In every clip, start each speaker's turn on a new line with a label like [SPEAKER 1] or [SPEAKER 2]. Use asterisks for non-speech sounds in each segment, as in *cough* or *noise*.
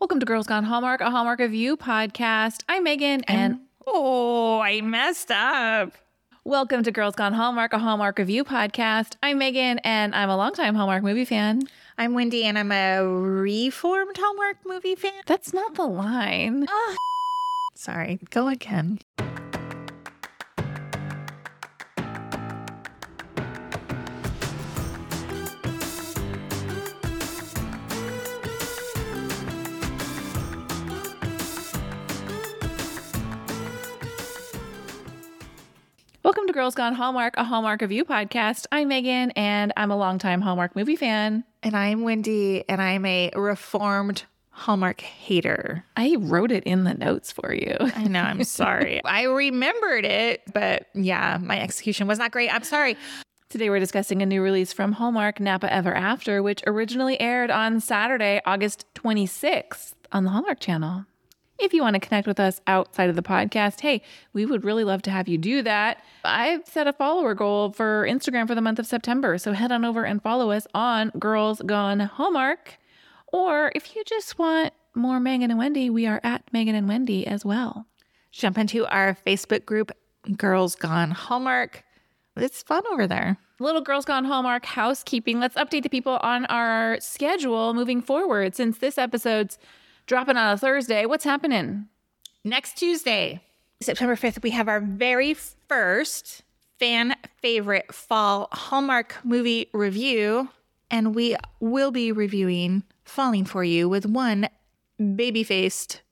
[SPEAKER 1] Welcome to Girls Gone Hallmark, a Hallmark of You podcast. I'm Megan, and
[SPEAKER 2] Oh, I messed up.
[SPEAKER 1] welcome to Girls Gone Hallmark, a Hallmark of You podcast. I'm Megan, and I'm a longtime Hallmark movie fan.
[SPEAKER 2] I'm Wendy, and I'm a reformed homework movie fan.
[SPEAKER 1] That's not the line.
[SPEAKER 2] Sorry, go again.
[SPEAKER 1] Welcome to Girls Gone Hallmark, a Hallmark of You podcast. I'm Megan, and I'm a longtime Hallmark movie fan.
[SPEAKER 2] And I'm Wendy, and I'm a reformed Hallmark hater.
[SPEAKER 1] I wrote it in the notes for you.
[SPEAKER 2] I know, I'm sorry. *laughs* I remembered it, but yeah, my execution was not great. I'm sorry.
[SPEAKER 1] Today we're discussing a new release from Hallmark, Napa Ever After, which originally aired on Saturday, August 26th on the Hallmark Channel. If you want to connect with us outside of the podcast, hey, we would really love to have you do that. I've set a follower goal for Instagram for the month of September, so head on over and follow us on Girls Gone Hallmark. Or if you just want more Megan and Wendy, we are at Megan and Wendy as well.
[SPEAKER 2] Jump into our Facebook group, Girls Gone Hallmark. It's fun over there.
[SPEAKER 1] Little Girls Gone Hallmark housekeeping. Let's update the people on our schedule moving forward since this episode's dropping on a Thursday. What's happening?
[SPEAKER 2] Next Tuesday, September 5th, we have our very first fan favorite fall Hallmark movie review. And we will be reviewing Falling For You with one baby faced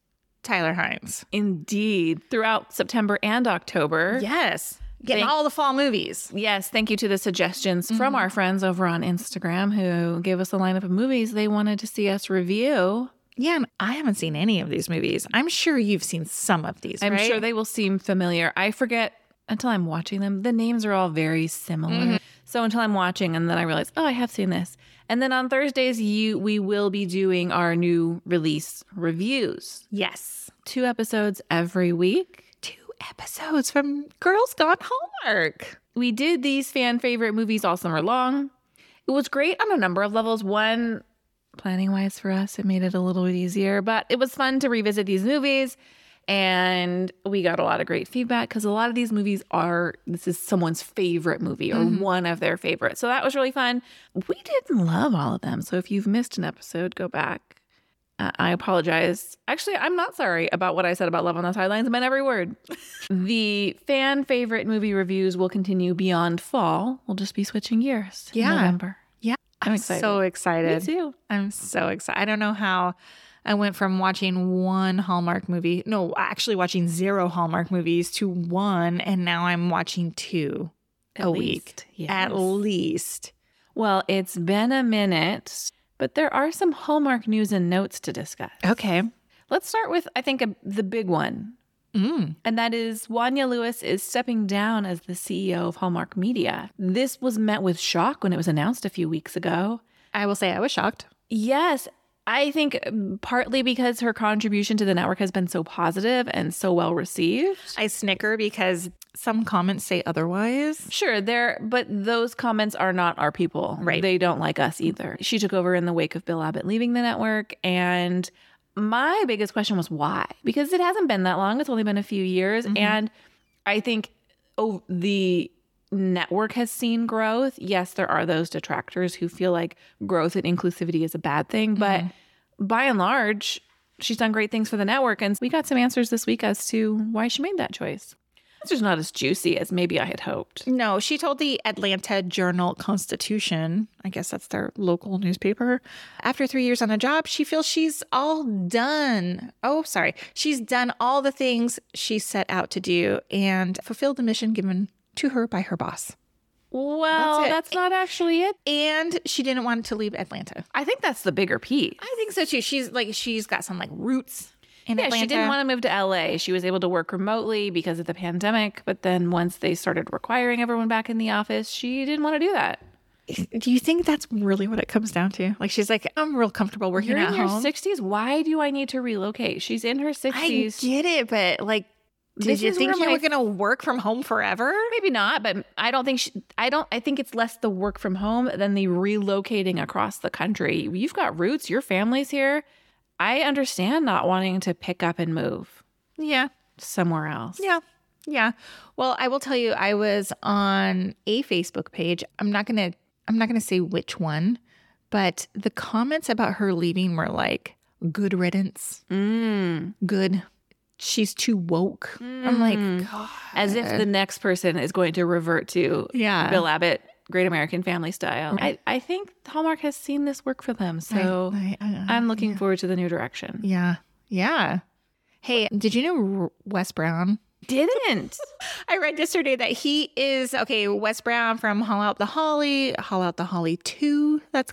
[SPEAKER 2] Tyler Hines.
[SPEAKER 1] Indeed. Throughout September and October.
[SPEAKER 2] Yes. Getting
[SPEAKER 1] Thank-
[SPEAKER 2] all the fall movies.
[SPEAKER 1] Yes, thank you to the suggestions from our friends over on Instagram who gave us a lineup of movies they wanted to see us review.
[SPEAKER 2] Yeah, and I haven't seen any of these movies. I'm sure you've seen some of these.
[SPEAKER 1] I'm
[SPEAKER 2] right?
[SPEAKER 1] sure they will seem familiar. I forget until I'm watching them. The names are all very similar. So until I'm watching and then I realize, oh, I have seen this. And then on Thursdays, you we will be doing our new release reviews.
[SPEAKER 2] Yes.
[SPEAKER 1] Two episodes every week.
[SPEAKER 2] Two episodes from Girls Gone Hallmark.
[SPEAKER 1] We did these fan favorite movies all summer long. It was great on a number of levels. One, planning wise for us, it made it a little bit easier, but it was fun to revisit these movies. And we got a lot of great feedback because a lot of these movies are this is someone's favorite movie or one of their favorites. So that was really fun. We didn't love all of them. So if you've missed an episode, go back. Uh, I apologize. Actually, I'm not sorry about what I said about Love on the Sidelines. I meant every
[SPEAKER 2] *laughs*
[SPEAKER 1] word. the fan favorite movie reviews will continue beyond fall. We'll just be switching gears. in
[SPEAKER 2] Yeah.
[SPEAKER 1] November.
[SPEAKER 2] Yeah.
[SPEAKER 1] I'm excited.
[SPEAKER 2] So excited.
[SPEAKER 1] Me too.
[SPEAKER 2] I'm so excited. I don't know how I went from watching one Hallmark movie, no, actually watching zero Hallmark movies to one, and now I'm watching two a week. At least.
[SPEAKER 1] Well, it's been a minute, but there are some Hallmark news and notes to discuss.
[SPEAKER 2] Okay.
[SPEAKER 1] Let's start with, I think, a, the big one,
[SPEAKER 2] Mm.
[SPEAKER 1] and that is Wanya Lewis is stepping down as the CEO of Hallmark Media. This was met with shock when it was announced a few weeks ago.
[SPEAKER 2] I will say I was shocked.
[SPEAKER 1] Yes. I think um, partly because her contribution to the network has been so positive and so well received.
[SPEAKER 2] I snicker because some comments say otherwise.
[SPEAKER 1] Sure, there, but those comments are not our people.
[SPEAKER 2] Right.
[SPEAKER 1] They don't like us either. She took over in the wake of Bill Abbott leaving the network. And my biggest question was why? Because it hasn't been that long. It's only been a few years.
[SPEAKER 2] Mhm.
[SPEAKER 1] And I think oh, the network has seen growth. Yes, there are those detractors who feel like growth and inclusivity is a bad thing, but by and large, she's done great things for the network. And we got some answers this week as to why she made that choice. It's just not as juicy as maybe I had hoped.
[SPEAKER 2] No, she told the Atlanta Journal Constitution, I guess that's their local newspaper, after three years on a job, she feels she's all done. Oh, sorry. She's done all the things she set out to do and fulfilled the mission given to her by her boss.
[SPEAKER 1] Well,
[SPEAKER 2] That's
[SPEAKER 1] that's,
[SPEAKER 2] it.
[SPEAKER 1] not actually it.
[SPEAKER 2] And she didn't want to leave Atlanta.
[SPEAKER 1] I think that's the bigger piece.
[SPEAKER 2] I think so too. She's like, she's got some like roots in
[SPEAKER 1] Yeah,
[SPEAKER 2] Atlanta.
[SPEAKER 1] she didn't want to move to LA. She was able to work remotely because of the pandemic. But then once they started requiring everyone back in the office, she didn't want to do that.
[SPEAKER 2] Do you think that's really what it comes down to? Like, she's like, I'm real comfortable working
[SPEAKER 1] You're
[SPEAKER 2] at
[SPEAKER 1] in your
[SPEAKER 2] home.
[SPEAKER 1] 60s. Why do I need to relocate? She's in her 60s.
[SPEAKER 2] I get it, but like, did
[SPEAKER 1] This
[SPEAKER 2] you
[SPEAKER 1] is
[SPEAKER 2] think
[SPEAKER 1] where
[SPEAKER 2] you
[SPEAKER 1] my
[SPEAKER 2] were going to work from home forever?
[SPEAKER 1] Maybe not, but I don't think she, I don't. I think it's less the work from home than the relocating across the country. You've got roots. Your family's here. I understand not wanting to pick up and move
[SPEAKER 2] Yeah.
[SPEAKER 1] somewhere else.
[SPEAKER 2] Yeah. Yeah. Well, I will tell you I was on a Facebook page. I'm not going to I'm not going to say which one, but the comments about her leaving were like good riddance,
[SPEAKER 1] Mm.
[SPEAKER 2] good. She's too woke. I'm
[SPEAKER 1] Mm.
[SPEAKER 2] like God.
[SPEAKER 1] As if the next person is going to revert to
[SPEAKER 2] yeah.
[SPEAKER 1] Bill Abbott, Great American Family style. I, I think Hallmark has seen this work for them. So
[SPEAKER 2] I, I- I-
[SPEAKER 1] I'm looking
[SPEAKER 2] yeah.
[SPEAKER 1] forward to the new direction.
[SPEAKER 2] Yeah. Yeah. Hey, did you know R- Wes Brown?
[SPEAKER 1] Didn't.
[SPEAKER 2] I read yesterday that he is okay. Wes Brown from Haul Out the Holly, Haul Out the Holly Two. That's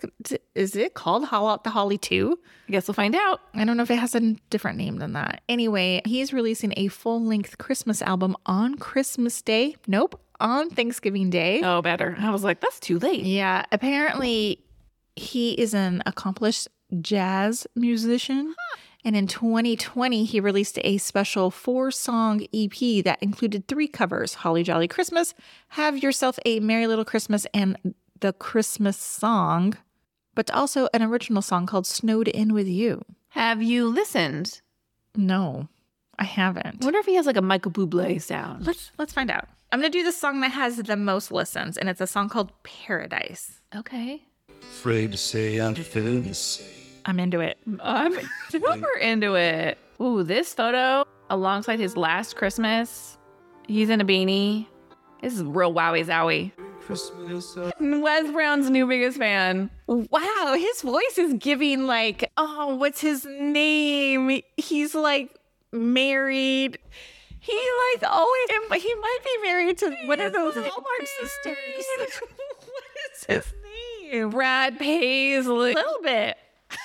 [SPEAKER 2] is it called Haul Out the Holly Two?
[SPEAKER 1] I guess we'll find out.
[SPEAKER 2] I don't know if it has a n- different name than that. Anyway, he's releasing a full length Christmas album on Christmas Day. Nope, on Thanksgiving Day.
[SPEAKER 1] Oh, better. I was like, that's too late.
[SPEAKER 2] Yeah, apparently he is an accomplished jazz musician. And in 2020, he released a special four song EP that included three covers Holly Jolly Christmas, Have Yourself a Merry Little Christmas, and The Christmas Song, but also an original song called Snowed In With You.
[SPEAKER 1] Have you listened?
[SPEAKER 2] No, I haven't.
[SPEAKER 1] I wonder if he has like a Michael Bublé sound.
[SPEAKER 2] Let's let's find out. I'm gonna do the song that has the most listens, and it's a song called Paradise.
[SPEAKER 1] Okay.
[SPEAKER 3] Afraid to say I feel the same.
[SPEAKER 2] I'm into it.
[SPEAKER 1] I'm
[SPEAKER 2] *laughs*
[SPEAKER 1] super into it. Ooh, this photo alongside his last Christmas. He's in a beanie. This is real wowie zowie.
[SPEAKER 3] Christmas.
[SPEAKER 1] Wes Brown's new biggest fan.
[SPEAKER 2] Wow, his voice is giving like, oh, what's his name? He's like married. He like always, but he might be married to one of those Hallmark *laughs* sisters. what is his name?
[SPEAKER 1] Brad
[SPEAKER 2] A
[SPEAKER 1] Paisley.
[SPEAKER 2] little bit. *laughs*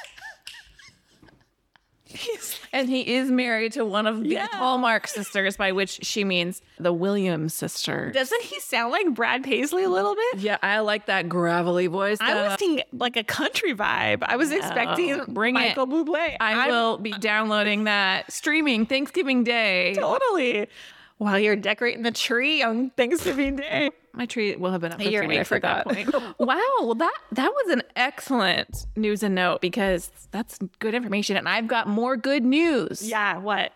[SPEAKER 2] He's
[SPEAKER 1] And he is married to one of the
[SPEAKER 2] Yeah.
[SPEAKER 1] Hallmark sisters, by which she means the Williams sister.
[SPEAKER 2] doesn't he sound like Brad Paisley a little bit?
[SPEAKER 1] yeah, I like that gravelly voice.
[SPEAKER 2] I
[SPEAKER 1] though.
[SPEAKER 2] was thinking like a country vibe. I was expecting
[SPEAKER 1] bring it.
[SPEAKER 2] Michael Bublé.
[SPEAKER 1] I
[SPEAKER 2] I'm-
[SPEAKER 1] will be downloading that streaming Thanksgiving
[SPEAKER 2] *laughs*
[SPEAKER 1] Day.
[SPEAKER 2] totally. While you're decorating the tree on Thanksgiving Day,
[SPEAKER 1] My tree will have been up for
[SPEAKER 2] You're
[SPEAKER 1] three
[SPEAKER 2] right, I
[SPEAKER 1] weeks at that point. *laughs*
[SPEAKER 2] forgot.
[SPEAKER 1] wow, well that that was an excellent news and note because that's good information, and I've got more good news.
[SPEAKER 2] yeah. What?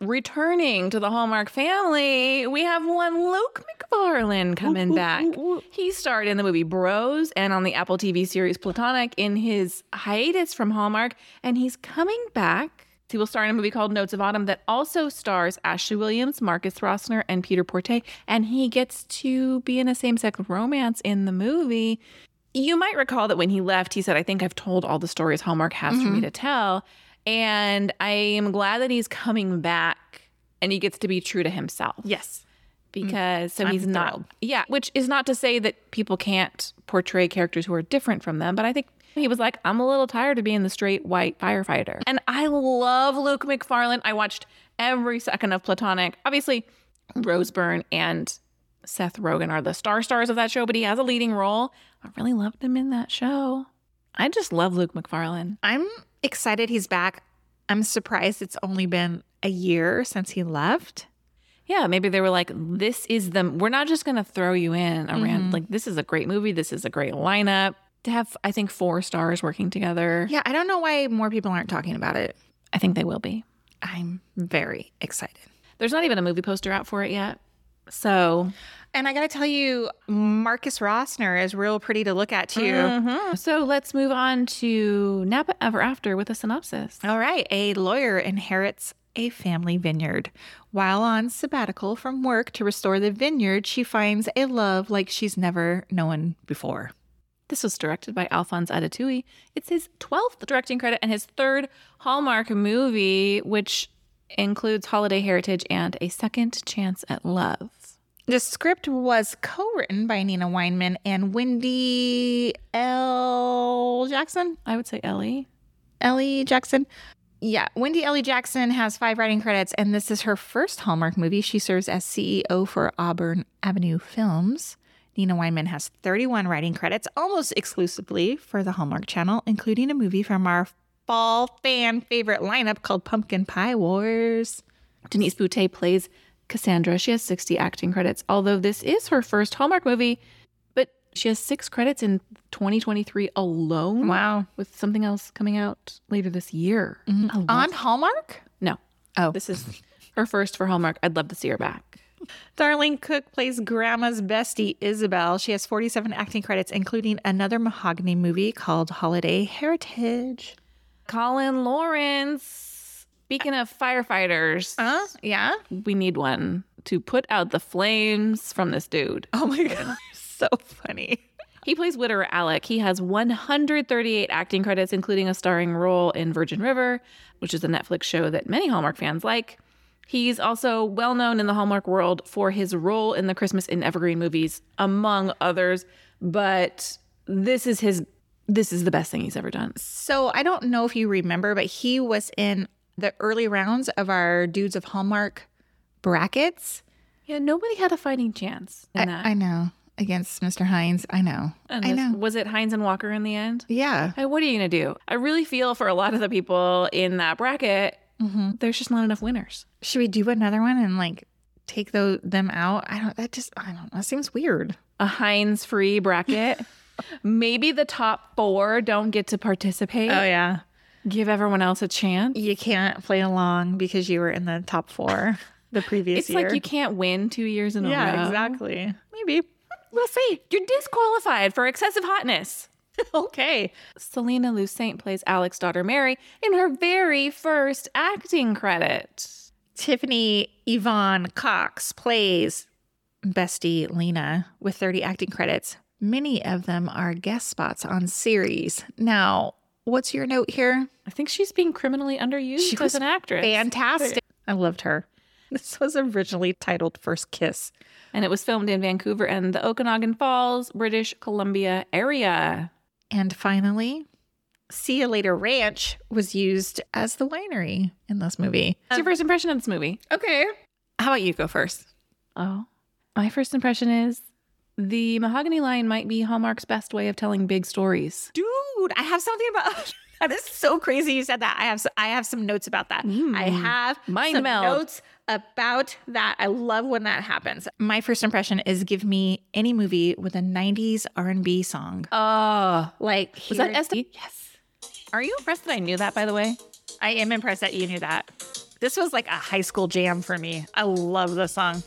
[SPEAKER 1] returning to the Hallmark family, we have one Luke McFarlane coming back. He starred in the movie Bros and on the Apple TV series Platonic in his hiatus from Hallmark, and he's coming back. He will star in a movie called Notes of Autumn that also stars Ashley Williams, Marcus Rossner, and Peter Porte, and he gets to be in a same-sex romance in the movie. You might recall that when he left, he said, I think I've told all the stories Hallmark has for me to tell. And I am glad that he's coming back and he gets to be true to himself
[SPEAKER 2] Yes.
[SPEAKER 1] because so
[SPEAKER 2] Mm, I'm
[SPEAKER 1] he's not,
[SPEAKER 2] thrilled.
[SPEAKER 1] yeah, which is not to say that people can't portray characters who are different from them, but I think he was like, I'm a little tired of being the straight white firefighter. And I love Luke McFarlane. I watched every second of Platonic. Obviously, Rose Byrne and Seth Rogen are the star stars of that show, but he has a leading role. I really loved him in that show. I just love Luke McFarlane.
[SPEAKER 2] I'm excited he's back. I'm surprised it's only been a year since he left.
[SPEAKER 1] Yeah, maybe they were like, this is the, we're not just going to throw you in around,
[SPEAKER 2] Mhm.
[SPEAKER 1] like, this is a great movie. This is a great lineup. To have, I think, four stars working together,
[SPEAKER 2] Yeah, I don't know why more people aren't talking about it.
[SPEAKER 1] I think they will be.
[SPEAKER 2] I'm very excited.
[SPEAKER 1] There's not even a movie poster out for it yet. So,
[SPEAKER 2] And I got to tell you, Marcus Rossner is real pretty to look at too.
[SPEAKER 1] Mm-hmm. so let's move on to Napa Ever After with a synopsis.
[SPEAKER 2] All right. A lawyer inherits a family vineyard. While on sabbatical from work to restore the vineyard, she finds a love like she's never known before.
[SPEAKER 1] This was directed by Alphonse Adatui. It's his 12th directing credit and his third Hallmark movie, which includes Holiday Heritage and A Second Chance at Love.
[SPEAKER 2] The script was co written by Nina Weinman and Wendy L. Jackson.
[SPEAKER 1] I would say Ellie.
[SPEAKER 2] Ellie Jackson. Yeah, Wendy Ellie Jackson has five writing credits, and this is her first Hallmark movie. She serves as CEO for Auburn Avenue Films. Nina Weinman has 31 writing credits, almost exclusively for the Hallmark Channel, including a movie from our fall fan favorite lineup called Pumpkin Pie Wars.
[SPEAKER 1] Denise Boutet plays Cassandra. She has 60 acting credits, although this is her first Hallmark movie. But She has six credits in 2023 alone,
[SPEAKER 2] Wow.
[SPEAKER 1] with something else coming out later this year. I love-
[SPEAKER 2] On Hallmark?
[SPEAKER 1] no,
[SPEAKER 2] Oh.
[SPEAKER 1] this is her first for Hallmark. I'd love to see her back.
[SPEAKER 2] Darlene Cook plays Grandma's bestie, Isabel. She has 47 acting credits, including another mahogany movie called Holiday Heritage.
[SPEAKER 1] Colin Lawrence. Speaking of firefighters,
[SPEAKER 2] Huh? Yeah.
[SPEAKER 1] we need one to put out the flames from this dude.
[SPEAKER 2] Oh my God. *laughs* So funny.
[SPEAKER 1] He plays Widower Alec. He has 138 acting credits, including a starring role in Virgin River, which is a Netflix show that many Hallmark fans like. He's also well known in the Hallmark world for his role in the Christmas in Evergreen movies, among others. But this is his this is the best thing he's ever done.
[SPEAKER 2] So I don't know if you remember, but he was in the early rounds of our Dudes of Hallmark brackets.
[SPEAKER 1] Yeah, nobody had a fighting chance in that.
[SPEAKER 2] I, I know. Against Mr. Hines. I know.
[SPEAKER 1] And
[SPEAKER 2] I
[SPEAKER 1] this-
[SPEAKER 2] know.
[SPEAKER 1] Was it Hines and Walker in the end?
[SPEAKER 2] Yeah.
[SPEAKER 1] Hey, what are you gonna do? I really feel for a lot of the people in that bracket.
[SPEAKER 2] Mm-hmm.
[SPEAKER 1] There's just not enough winners.
[SPEAKER 2] Should we do another one and like take those them out? I don't that just I don't know. That seems weird.
[SPEAKER 1] a Heinz free
[SPEAKER 2] *laughs*
[SPEAKER 1] bracket. Maybe the top four don't get to participate.
[SPEAKER 2] Oh, yeah.
[SPEAKER 1] Give everyone else a chance.
[SPEAKER 2] You can't play along because you were in the top four the previous
[SPEAKER 1] It's
[SPEAKER 2] year.
[SPEAKER 1] like you can't win two years in a row.
[SPEAKER 2] Yeah, exactly. Maybe. *laughs*
[SPEAKER 1] We'll see. You're disqualified for excessive hotness.
[SPEAKER 2] okay.
[SPEAKER 1] Selena Lucent plays Alex's daughter Mary in her very first acting credit.
[SPEAKER 2] Tiffany Yvonne Cox plays Bestie Lena with 30 acting credits. Many of them are guest spots on series. Now, what's your note here?
[SPEAKER 1] I think she's being criminally underused
[SPEAKER 2] She
[SPEAKER 1] as
[SPEAKER 2] was
[SPEAKER 1] an actress.
[SPEAKER 2] Fantastic. I loved her. *laughs* This was originally titled First Kiss.
[SPEAKER 1] and it was filmed in Vancouver and the Okanagan Falls, British Columbia area.
[SPEAKER 2] And finally, See You Later Ranch was used as the winery in this movie.
[SPEAKER 1] What's your first impression of this movie?
[SPEAKER 2] Okay. How about you go first?
[SPEAKER 1] Oh. My first impression is the mahogany line might be Hallmark's best way of telling big stories.
[SPEAKER 2] dude i have something about *laughs* that is so crazy you said that i have s- i have some notes about that i have
[SPEAKER 1] Mind
[SPEAKER 2] some
[SPEAKER 1] meld.
[SPEAKER 2] notes about that i love when that happens my first impression is give me any movie with a 90s r&b song
[SPEAKER 1] Oh.
[SPEAKER 2] like
[SPEAKER 1] Was
[SPEAKER 2] here-
[SPEAKER 1] that SD? Yes. Are you impressed that I knew that, by the way?
[SPEAKER 2] i am impressed that you knew that this was like a high school jam for me i love the song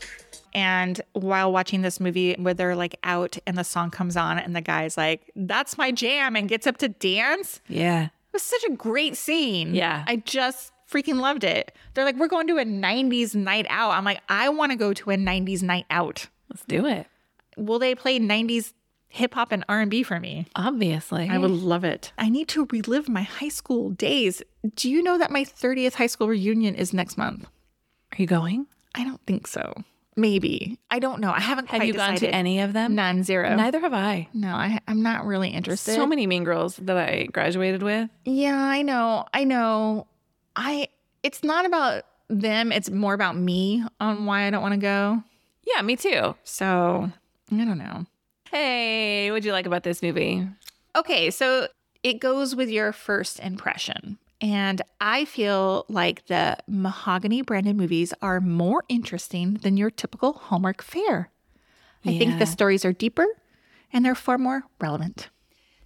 [SPEAKER 2] and while watching this movie where they're like out and the song comes on and the guy's like that's my jam and gets up to dance
[SPEAKER 1] Yeah.
[SPEAKER 2] It was such a great scene.
[SPEAKER 1] Yeah.
[SPEAKER 2] I just freaking loved it. They're like, we're going to a 90s night out. I'm like, I want to go to a 90s night out.
[SPEAKER 1] Let's do it.
[SPEAKER 2] Will they play 90s hip hop and R&B for me?
[SPEAKER 1] Obviously.
[SPEAKER 2] love it. I need to relive my high school days. Do you know that my 30th high school reunion is next month?
[SPEAKER 1] Are you going?
[SPEAKER 2] I don't think so. Maybe. I don't know. I haven't
[SPEAKER 1] Have
[SPEAKER 2] quite
[SPEAKER 1] you gone
[SPEAKER 2] decided.
[SPEAKER 1] to any of them?
[SPEAKER 2] None, zero.
[SPEAKER 1] Neither have I.
[SPEAKER 2] No, I, I'm not really interested.
[SPEAKER 1] So many mean girls that I graduated with.
[SPEAKER 2] Yeah, I know. I know. I it's not about them, it's more about me on why I don't want to go.
[SPEAKER 1] Yeah, me too.
[SPEAKER 2] So, I don't know.
[SPEAKER 1] Hey, what'd you like about this movie?
[SPEAKER 2] Okay, so it goes with your first impression. And I feel like the mahogany branded movies are more interesting than your typical Hallmark fare. I think
[SPEAKER 1] Yeah.
[SPEAKER 2] the stories are deeper and they're far more relevant.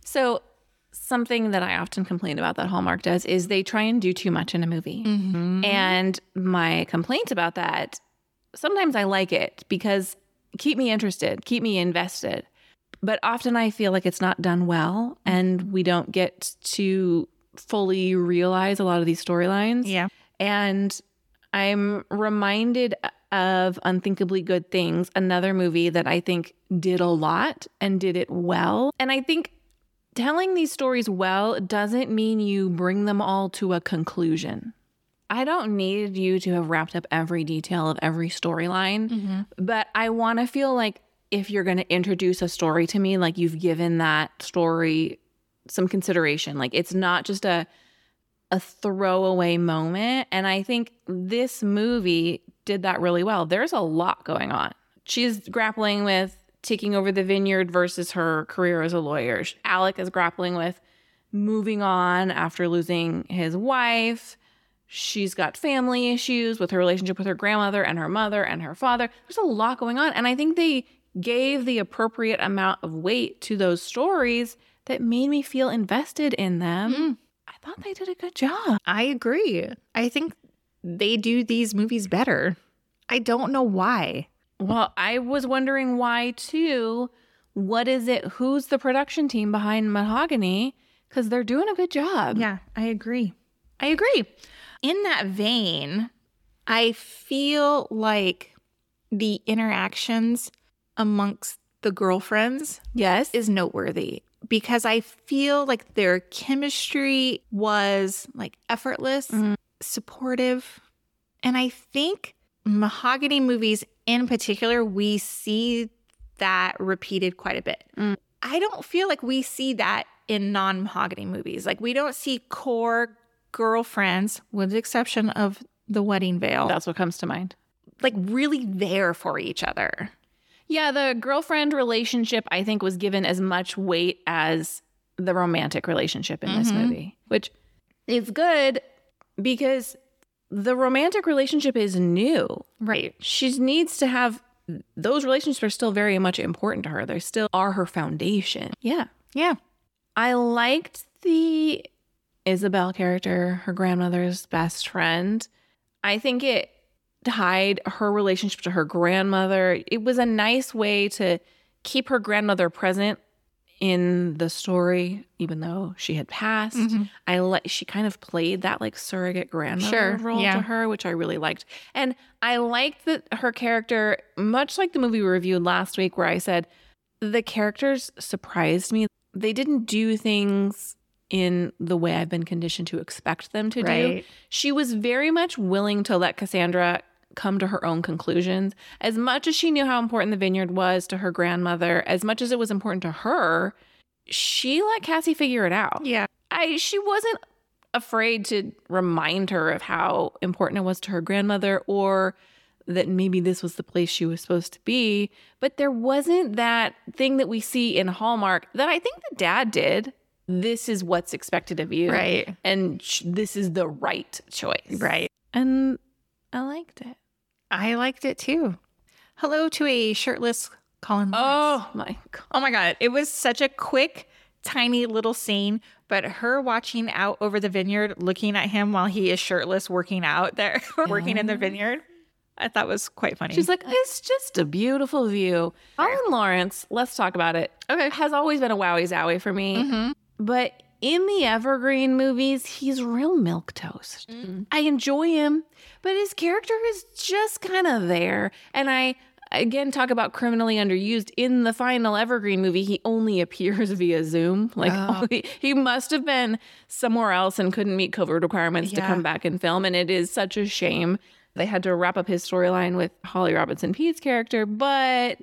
[SPEAKER 1] So, something that I often complain about that Hallmark does is they try and do too much in a movie. Mm-hmm.
[SPEAKER 2] Mm-hmm.
[SPEAKER 1] And my complaint about that, sometimes I like it because keep me interested, keep me invested. But often I feel like it's not done well and we don't get to fully realize a lot of these storylines.
[SPEAKER 2] Yeah.
[SPEAKER 1] And I'm reminded of Unthinkably Good Things, another movie that I think did a lot and did it well. And I think telling these stories well doesn't mean you bring them all to a conclusion. I don't need you to have wrapped up every detail of every storyline, but I want to feel like if you're going to introduce a story to me, like you've given that story some consideration. Like it's not just a a throwaway moment. And I think this movie did that really well. There's a lot going on. She's grappling with taking over the vineyard versus her career as a lawyer. Alec is grappling with moving on after losing his wife. She's got family issues with her relationship with her grandmother and her mother and her father. There's a lot going on. And I think they gave the appropriate amount of weight to those stories that made me feel invested in them.
[SPEAKER 2] Mm.
[SPEAKER 1] I thought they did a good job.
[SPEAKER 2] I agree. I think they do these movies better. I don't know why.
[SPEAKER 1] Well, I was wondering why too. What is it? Who's the production team behind Mahogany? Because they're doing a good job.
[SPEAKER 2] Yeah, I agree. I agree. In that vein, I feel like the interactions amongst the girlfriends
[SPEAKER 1] Yes.
[SPEAKER 2] is noteworthy because I feel like their chemistry was like effortless,
[SPEAKER 1] Mm.
[SPEAKER 2] supportive. And I think mahogany movies in particular, we see that repeated quite a bit.
[SPEAKER 1] Mm.
[SPEAKER 2] I don't feel like we see that in non mahogany movies. Like we don't see core girlfriends, with the exception of the wedding veil,
[SPEAKER 1] Oh, That's what comes to mind.
[SPEAKER 2] like really there for each other.
[SPEAKER 1] Yeah, the girlfriend relationship, I think, was given as much weight as the romantic relationship in this
[SPEAKER 2] Mhm.
[SPEAKER 1] movie, which is good because the romantic relationship is new.
[SPEAKER 2] Right.
[SPEAKER 1] She needs to have those relationships are still very much important to her. They still are her foundation. Yeah.
[SPEAKER 2] Yeah.
[SPEAKER 1] I liked the Isabel character, her grandmother's best friend. I think it tied her relationship to her grandmother. It was a nice way to keep her grandmother present in the story, even though she had passed.
[SPEAKER 2] Mhm.
[SPEAKER 1] I like she kind of played that like surrogate grandmother
[SPEAKER 2] Sure,
[SPEAKER 1] role
[SPEAKER 2] yeah.
[SPEAKER 1] to her, which I really liked. And I liked that her character, much like the movie we reviewed last week, where I said the characters surprised me. They didn't do things in the way I've been conditioned to expect them to do.
[SPEAKER 2] Right.
[SPEAKER 1] She was very much willing to let Cassandra come to her own conclusions. As much as she knew how important the vineyard was to her grandmother, as much as it was important to her, she let Cassie figure it out.
[SPEAKER 2] Yeah.
[SPEAKER 1] I she wasn't afraid to remind her of how important it was to her grandmother or that maybe this was the place she was supposed to be, but there wasn't that thing that we see in Hallmark that I think the dad did. This is what's expected of you.
[SPEAKER 2] Right.
[SPEAKER 1] And sh- this is the right choice.
[SPEAKER 2] Right.
[SPEAKER 1] And I liked it.
[SPEAKER 2] I liked it too. Hello to a shirtless Colin. Morris.
[SPEAKER 1] Oh my god.
[SPEAKER 2] oh my God. It was such a quick, tiny little scene, but her watching out over the vineyard, looking at him while he is shirtless working out there, *laughs* working in the
[SPEAKER 1] Yeah.
[SPEAKER 2] vineyard, I thought was quite funny.
[SPEAKER 1] She's like, it's just a beautiful view. Colin Lawrence, let's talk about it. Okay. Has always been a wowie zowie for
[SPEAKER 2] Mm-hmm.
[SPEAKER 1] me. But in the Evergreen movies, he's real milk toast. I enjoy him, but his character is just kind of there. And I again talk about criminally underused in the final Evergreen movie, he only *laughs* appears via Zoom. Like he, *laughs* he must have been somewhere else and couldn't meet COVID requirements to
[SPEAKER 2] Yeah.
[SPEAKER 1] come back and film and it is such a shame. They had to wrap up his storyline with Holly Robinson Pete's character, but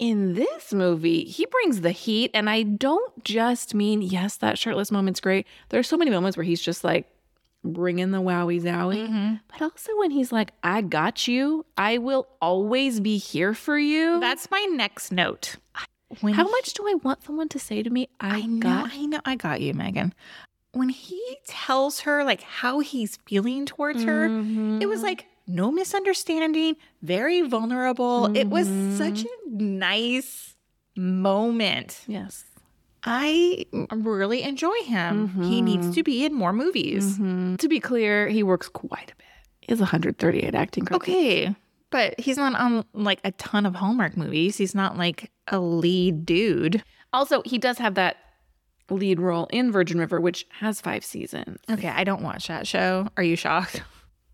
[SPEAKER 1] in this movie, he brings the heat. And I don't just mean, yes, that shirtless moment's great. There's so many moments where he's just like bringing the wowie zowie.
[SPEAKER 2] Mm-hmm.
[SPEAKER 1] But also when he's like, I got you. I will always be here for you.
[SPEAKER 2] That's my next note. When
[SPEAKER 1] How
[SPEAKER 2] he-
[SPEAKER 1] much do I want someone to say to me, I,
[SPEAKER 2] I know,
[SPEAKER 1] got
[SPEAKER 2] I know, I got you, Megan. When he tells her like how he's feeling towards her,
[SPEAKER 1] Mm-hmm.
[SPEAKER 2] It was like no misunderstanding, very vulnerable. It was such a nice moment.
[SPEAKER 1] yes.
[SPEAKER 2] I really enjoy him. He needs to be in more movies.
[SPEAKER 1] Mm-hmm. To be clear, he works quite a bit. He's 138 acting credits.
[SPEAKER 2] Okay. But he's not on like a ton of Hallmark movies. He's not like a lead dude.
[SPEAKER 1] Also, he does have that lead role in Virgin River, which has five seasons.
[SPEAKER 2] Okay, I don't watch that show. Are you *laughs* shocked?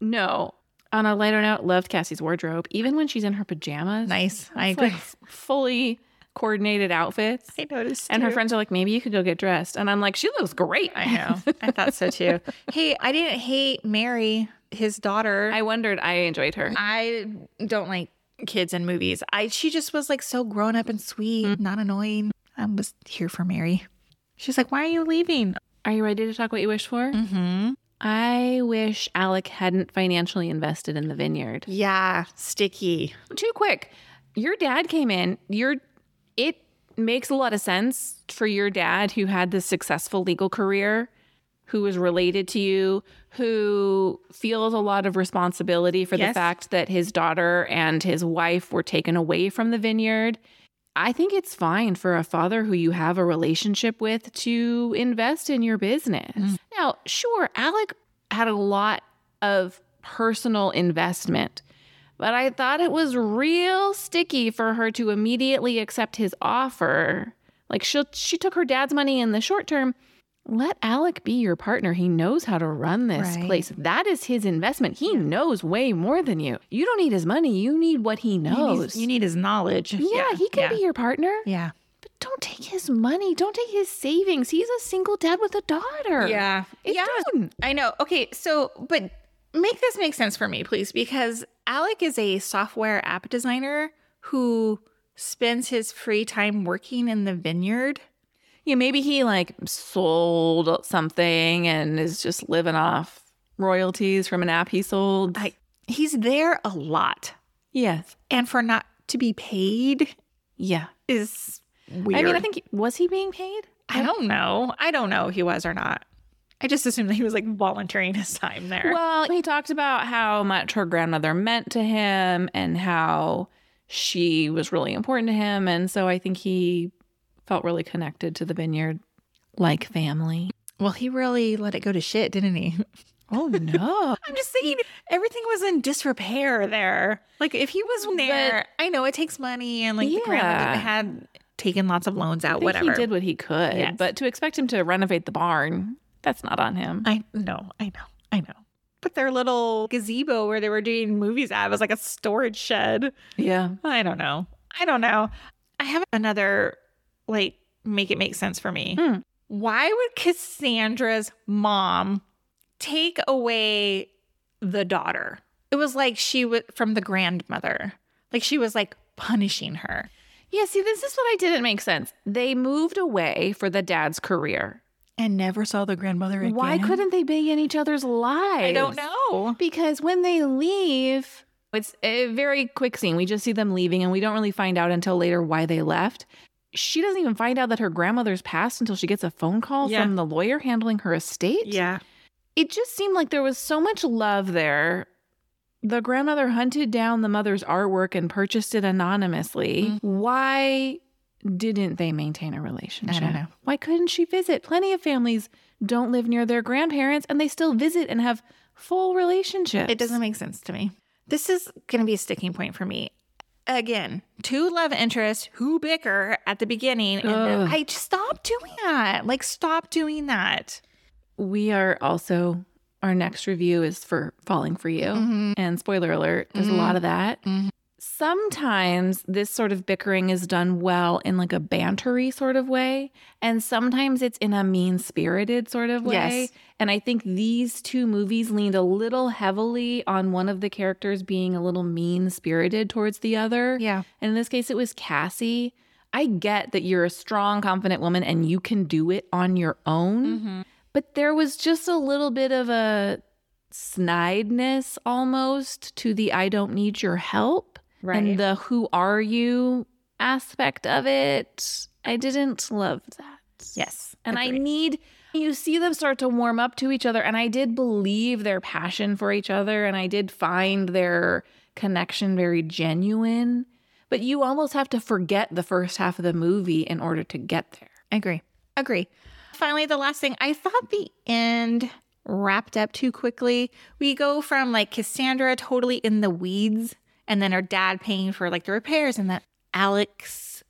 [SPEAKER 1] No. On a lighter note, loved Cassie's wardrobe, even when she's in her pajamas.
[SPEAKER 2] Nice. I
[SPEAKER 1] It's
[SPEAKER 2] agree.
[SPEAKER 1] like fully coordinated outfits.
[SPEAKER 2] I noticed.
[SPEAKER 1] And her
[SPEAKER 2] too.
[SPEAKER 1] friends are like, maybe you could go get dressed. And I'm like, she looks great.
[SPEAKER 2] I
[SPEAKER 1] *laughs*
[SPEAKER 2] know. I thought so *laughs* too. Hey, I didn't hate Mary, his daughter.
[SPEAKER 1] I wondered, I enjoyed her.
[SPEAKER 2] I don't like kids in movies. I she just was like so grown up and sweet, not annoying. I was here for Mary. She's like, "Why are you leaving?"
[SPEAKER 1] Are you ready to talk what you wish for?
[SPEAKER 2] Mm-hmm.
[SPEAKER 1] I wish Alec hadn't financially invested in the vineyard.
[SPEAKER 2] Yeah, sticky.
[SPEAKER 1] Too quick. Your dad came in. Your it makes a lot of sense for your dad who had this successful legal career who is related to you, who feels a lot of responsibility for the
[SPEAKER 2] Yes.
[SPEAKER 1] fact that his daughter and his wife were taken away from the vineyard. I think it's fine for a father who you have a relationship with to invest in your business. Now, sure, Alec had a lot of personal investment, but I thought it was real sticky for her to immediately accept his offer. Like she she took her dad's money in the short term. Let Alec be your partner. He knows how to run this
[SPEAKER 2] Right.
[SPEAKER 1] place. That is his investment. He knows way more than you. You don't need his money. You need what he
[SPEAKER 2] You
[SPEAKER 1] knows.
[SPEAKER 2] need, you need his knowledge.
[SPEAKER 1] yeah, he can
[SPEAKER 2] yeah.
[SPEAKER 1] be your partner.
[SPEAKER 2] Yeah.
[SPEAKER 1] But don't take his money. Don't take his savings. He's a single dad with a daughter.
[SPEAKER 2] Yeah.
[SPEAKER 1] It
[SPEAKER 2] yeah.
[SPEAKER 1] doesn't.
[SPEAKER 2] I know. Okay. So, but make this make sense for me, please, because Alec is a software app designer who spends his free time working in the vineyard.
[SPEAKER 1] Yeah, maybe he like sold something and is just living off royalties from an app he sold.
[SPEAKER 2] I, he's there a lot.
[SPEAKER 1] yes.
[SPEAKER 2] And for not to be paid
[SPEAKER 1] Yeah.
[SPEAKER 2] is weird.
[SPEAKER 1] I mean, I think was he being paid?
[SPEAKER 2] I don't know. I don't know if he was or not. I just assumed that he was like volunteering his time there.
[SPEAKER 1] Well, he talked about how much her grandmother meant to him and how she was really important to him. And so I think he felt really connected to the vineyard like family.
[SPEAKER 2] well, he really let it go to shit, didn't he? *laughs*
[SPEAKER 1] Oh, no.
[SPEAKER 2] I'm just saying everything was in disrepair there. Like if he was there, I know it takes money and like the grandma
[SPEAKER 1] Yeah.
[SPEAKER 2] did- had taken lots of loans
[SPEAKER 1] *laughs*
[SPEAKER 2] out,
[SPEAKER 1] I think
[SPEAKER 2] whatever.
[SPEAKER 1] he did what he could,
[SPEAKER 2] Yes.
[SPEAKER 1] but to expect him to renovate the barn, that's not on him.
[SPEAKER 2] I know, I know, I know. But their little gazebo where they were doing movies at was like a storage shed.
[SPEAKER 1] Yeah.
[SPEAKER 2] I don't know. I don't know. I have another like make it make sense for me.
[SPEAKER 1] Hmm.
[SPEAKER 2] Why would Cassandra's mom take away the daughter? It was like she was from the grandmother. Like she was like punishing her.
[SPEAKER 1] Yeah, see, this is what I didn't make sense. They moved away for the dad's career.
[SPEAKER 2] And never saw the grandmother
[SPEAKER 1] Why couldn't they be in each other's lives?
[SPEAKER 2] I don't know.
[SPEAKER 1] Because when they leave, it's a very quick scene. We just see them leaving and we don't really find out until later why they left. She doesn't even find out that her grandmother's passed until she gets a phone call
[SPEAKER 2] Yeah.
[SPEAKER 1] from the lawyer handling her estate.
[SPEAKER 2] Yeah.
[SPEAKER 1] It just seemed like there was so much love there. The grandmother hunted down the mother's artwork and purchased it anonymously.
[SPEAKER 2] Mhm.
[SPEAKER 1] Why didn't they maintain a relationship?
[SPEAKER 2] know.
[SPEAKER 1] Why couldn't she visit? Plenty of families don't live near their grandparents and they still visit and have full relationships.
[SPEAKER 2] It doesn't make sense to me. This is going to be a sticking point for me. Again, two love interests who bicker at the beginning. And then
[SPEAKER 1] Ugh.
[SPEAKER 2] I just stop doing that. Like, stop doing that.
[SPEAKER 1] We are also our next review is for Falling for You.
[SPEAKER 2] Mm-hmm.
[SPEAKER 1] And spoiler alert, there's a lot of that.
[SPEAKER 2] Mhm.
[SPEAKER 1] Sometimes this sort of bickering is done well in like a bantery sort of way, and sometimes it's in a mean spirited sort of way.
[SPEAKER 2] Yes.
[SPEAKER 1] And I think these two movies leaned a little heavily on one of the characters being a little mean spirited towards the other.
[SPEAKER 2] Yeah.
[SPEAKER 1] And in this case, it was Cassie. I get that you're a strong, confident woman and you can do it on your own
[SPEAKER 2] Mm-hmm.
[SPEAKER 1] but there was just a little bit of a snideness almost to the I don't need your help and the who are you aspect of it. I didn't love that.
[SPEAKER 2] yes.
[SPEAKER 1] And I
[SPEAKER 2] agreed.
[SPEAKER 1] need you see them start to warm up to each other and I did believe their passion for each other and I did find their connection very genuine. But you almost have to forget the first half of the movie in order to get there.
[SPEAKER 2] agree. Agree. Finally, the last thing I thought the end wrapped up too quickly. We go from like Cassandra totally in the weeds and then her dad paying for like the repairs and then Alex.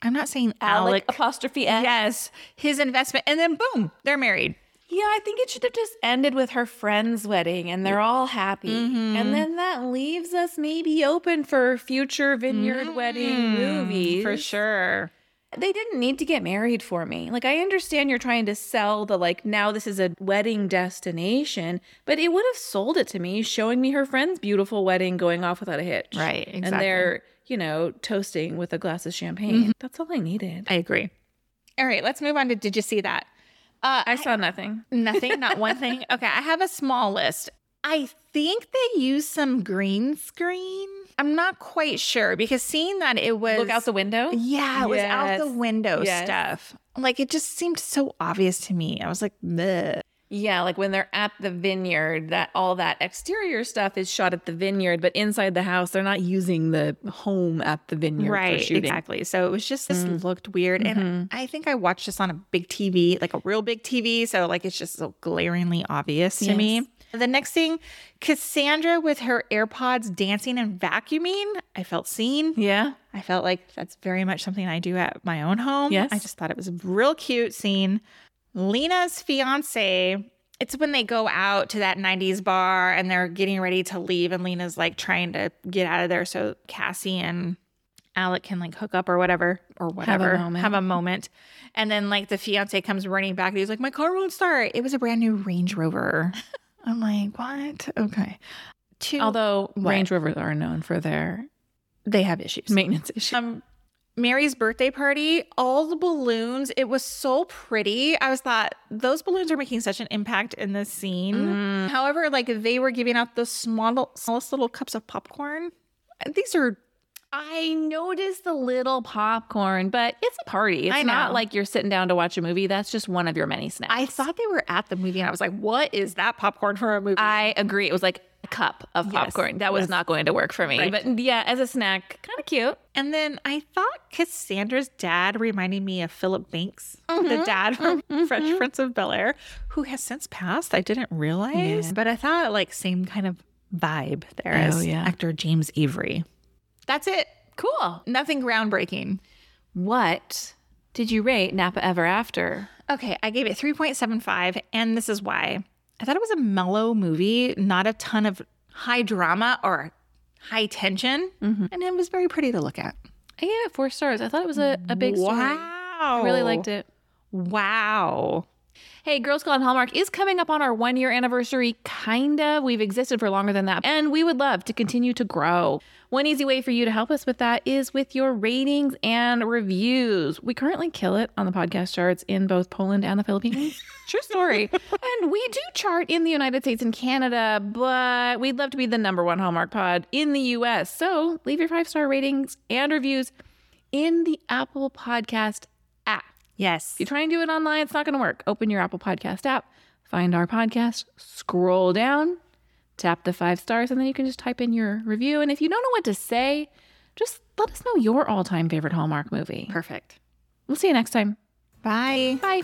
[SPEAKER 2] I'm not saying Alec.
[SPEAKER 1] apostrophe
[SPEAKER 2] Yes, his investment. And then boom, they're married.
[SPEAKER 1] Yeah, I think it should have just ended with her friend's wedding and they're all happy.
[SPEAKER 2] Mm-hmm.
[SPEAKER 1] And then that leaves us maybe open for future vineyard wedding movies.
[SPEAKER 2] Mm, For sure.
[SPEAKER 1] They didn't need to get married for me. Like I understand you're trying to sell the like now this is a wedding destination, but it would have sold it to me showing me her friend's beautiful wedding going off without a hitch.
[SPEAKER 2] Right,
[SPEAKER 1] And
[SPEAKER 2] exactly. Mm-hmm.
[SPEAKER 1] they're, you know, toasting with a glass of champagne. That's all I needed.
[SPEAKER 2] I agree. All right, let's move on to Did You See That? Uh,
[SPEAKER 1] I saw nothing.
[SPEAKER 2] nothing, not one *laughs* thing. Okay, I have a small list. I think they used some green screen. I'm not quite sure because seeing that it was
[SPEAKER 1] Look out the window.
[SPEAKER 2] Yeah, it was out
[SPEAKER 1] Yes.
[SPEAKER 2] the window
[SPEAKER 1] Yes.
[SPEAKER 2] stuff. Like it just seemed so obvious to me. I was like, Bleh.
[SPEAKER 1] Yeah, like when they're at the vineyard, that all that exterior stuff is shot at the vineyard, but inside the house, they're not using the home at the vineyard
[SPEAKER 2] right
[SPEAKER 1] for shooting.
[SPEAKER 2] exactly so it was just this
[SPEAKER 1] Mm. Mm-hmm.
[SPEAKER 2] looked weird and i think i watched this on a big tv like a real big tv so like it's just so glaringly obvious to
[SPEAKER 1] Yes.
[SPEAKER 2] me the next thing cassandra with her airpods dancing and vacuuming i felt seen
[SPEAKER 1] Yeah.
[SPEAKER 2] i felt like that's very much something i do at my own home
[SPEAKER 1] Yes.
[SPEAKER 2] i just thought it was a real cute scene lena's fiance it's when they go out to that 90s bar and they're getting ready to leave and lena's like trying to get out of there so cassie and Alec can like hook up or whatever or whatever.
[SPEAKER 1] moment.
[SPEAKER 2] Have a moment. And then like the fiance comes running back and he's like, My car won't start. It was a brand new Range
[SPEAKER 1] *laughs*
[SPEAKER 2] Rover. I'm like, what? Okay. Two
[SPEAKER 1] Although
[SPEAKER 2] What?
[SPEAKER 1] Range Rovers are known for their
[SPEAKER 2] they have issues.
[SPEAKER 1] maintenance issues.
[SPEAKER 2] Um Mary's birthday party, all the balloons, it was so pretty. I was thought those balloons are making such an impact in this scene.
[SPEAKER 1] Um,
[SPEAKER 2] However, like they were giving out the small, smallest little cups of popcorn. These are
[SPEAKER 1] I noticed the little popcorn, but it's a party. It's
[SPEAKER 2] I
[SPEAKER 1] not
[SPEAKER 2] know.
[SPEAKER 1] like you're sitting down to watch a movie. That's just one of your many snacks.
[SPEAKER 2] I thought they were at the movie and I was like, what is that popcorn for a movie?
[SPEAKER 1] I agree. It was like a cup of
[SPEAKER 2] Yes,
[SPEAKER 1] popcorn. That was
[SPEAKER 2] yes.
[SPEAKER 1] not going to work for me.
[SPEAKER 2] Right.
[SPEAKER 1] But yeah, as a snack, kind of cute.
[SPEAKER 2] And then I thought Cassandra's dad reminded me of Philip Banks, the dad from Fresh Prince of Bel Air, who has since passed. I didn't realize, but I thought like same kind of vibe there
[SPEAKER 1] Oh,
[SPEAKER 2] as
[SPEAKER 1] yeah.
[SPEAKER 2] actor James Avery. That's it.
[SPEAKER 1] Cool.
[SPEAKER 2] Nothing groundbreaking.
[SPEAKER 1] What did you rate Napa Ever After?
[SPEAKER 2] Okay, I gave it 3.75, and this is why. I thought it was a mellow movie, not a ton of high drama or high tension, and it was very pretty to look at.
[SPEAKER 1] I gave it four stars. I thought it was a, a big story.
[SPEAKER 2] Wow.
[SPEAKER 1] I really liked it.
[SPEAKER 2] Wow.
[SPEAKER 1] Hey, Girl School on Hallmark is coming up on our one year anniversary, kinda. We've existed for longer than that, and we would love to continue to grow. One easy way for you to help us with that is with your ratings and reviews. We currently kill it on the podcast charts in both Poland and the Philippines. True story. and we do chart in the United States and Canada, but we'd love to be the number one Hallmark pod in the US. So leave your five star ratings and reviews in the Apple Podcast app.
[SPEAKER 2] Yes.
[SPEAKER 1] If you try and do it online, it's not going to work. Open your Apple Podcast app, find our podcast, scroll down, tap the five stars, and then you can just type in your review. And if you don't know what to say, just let us know your all time favorite Hallmark movie.
[SPEAKER 2] Perfect.
[SPEAKER 1] We'll see you next time.
[SPEAKER 2] Bye.
[SPEAKER 1] Bye.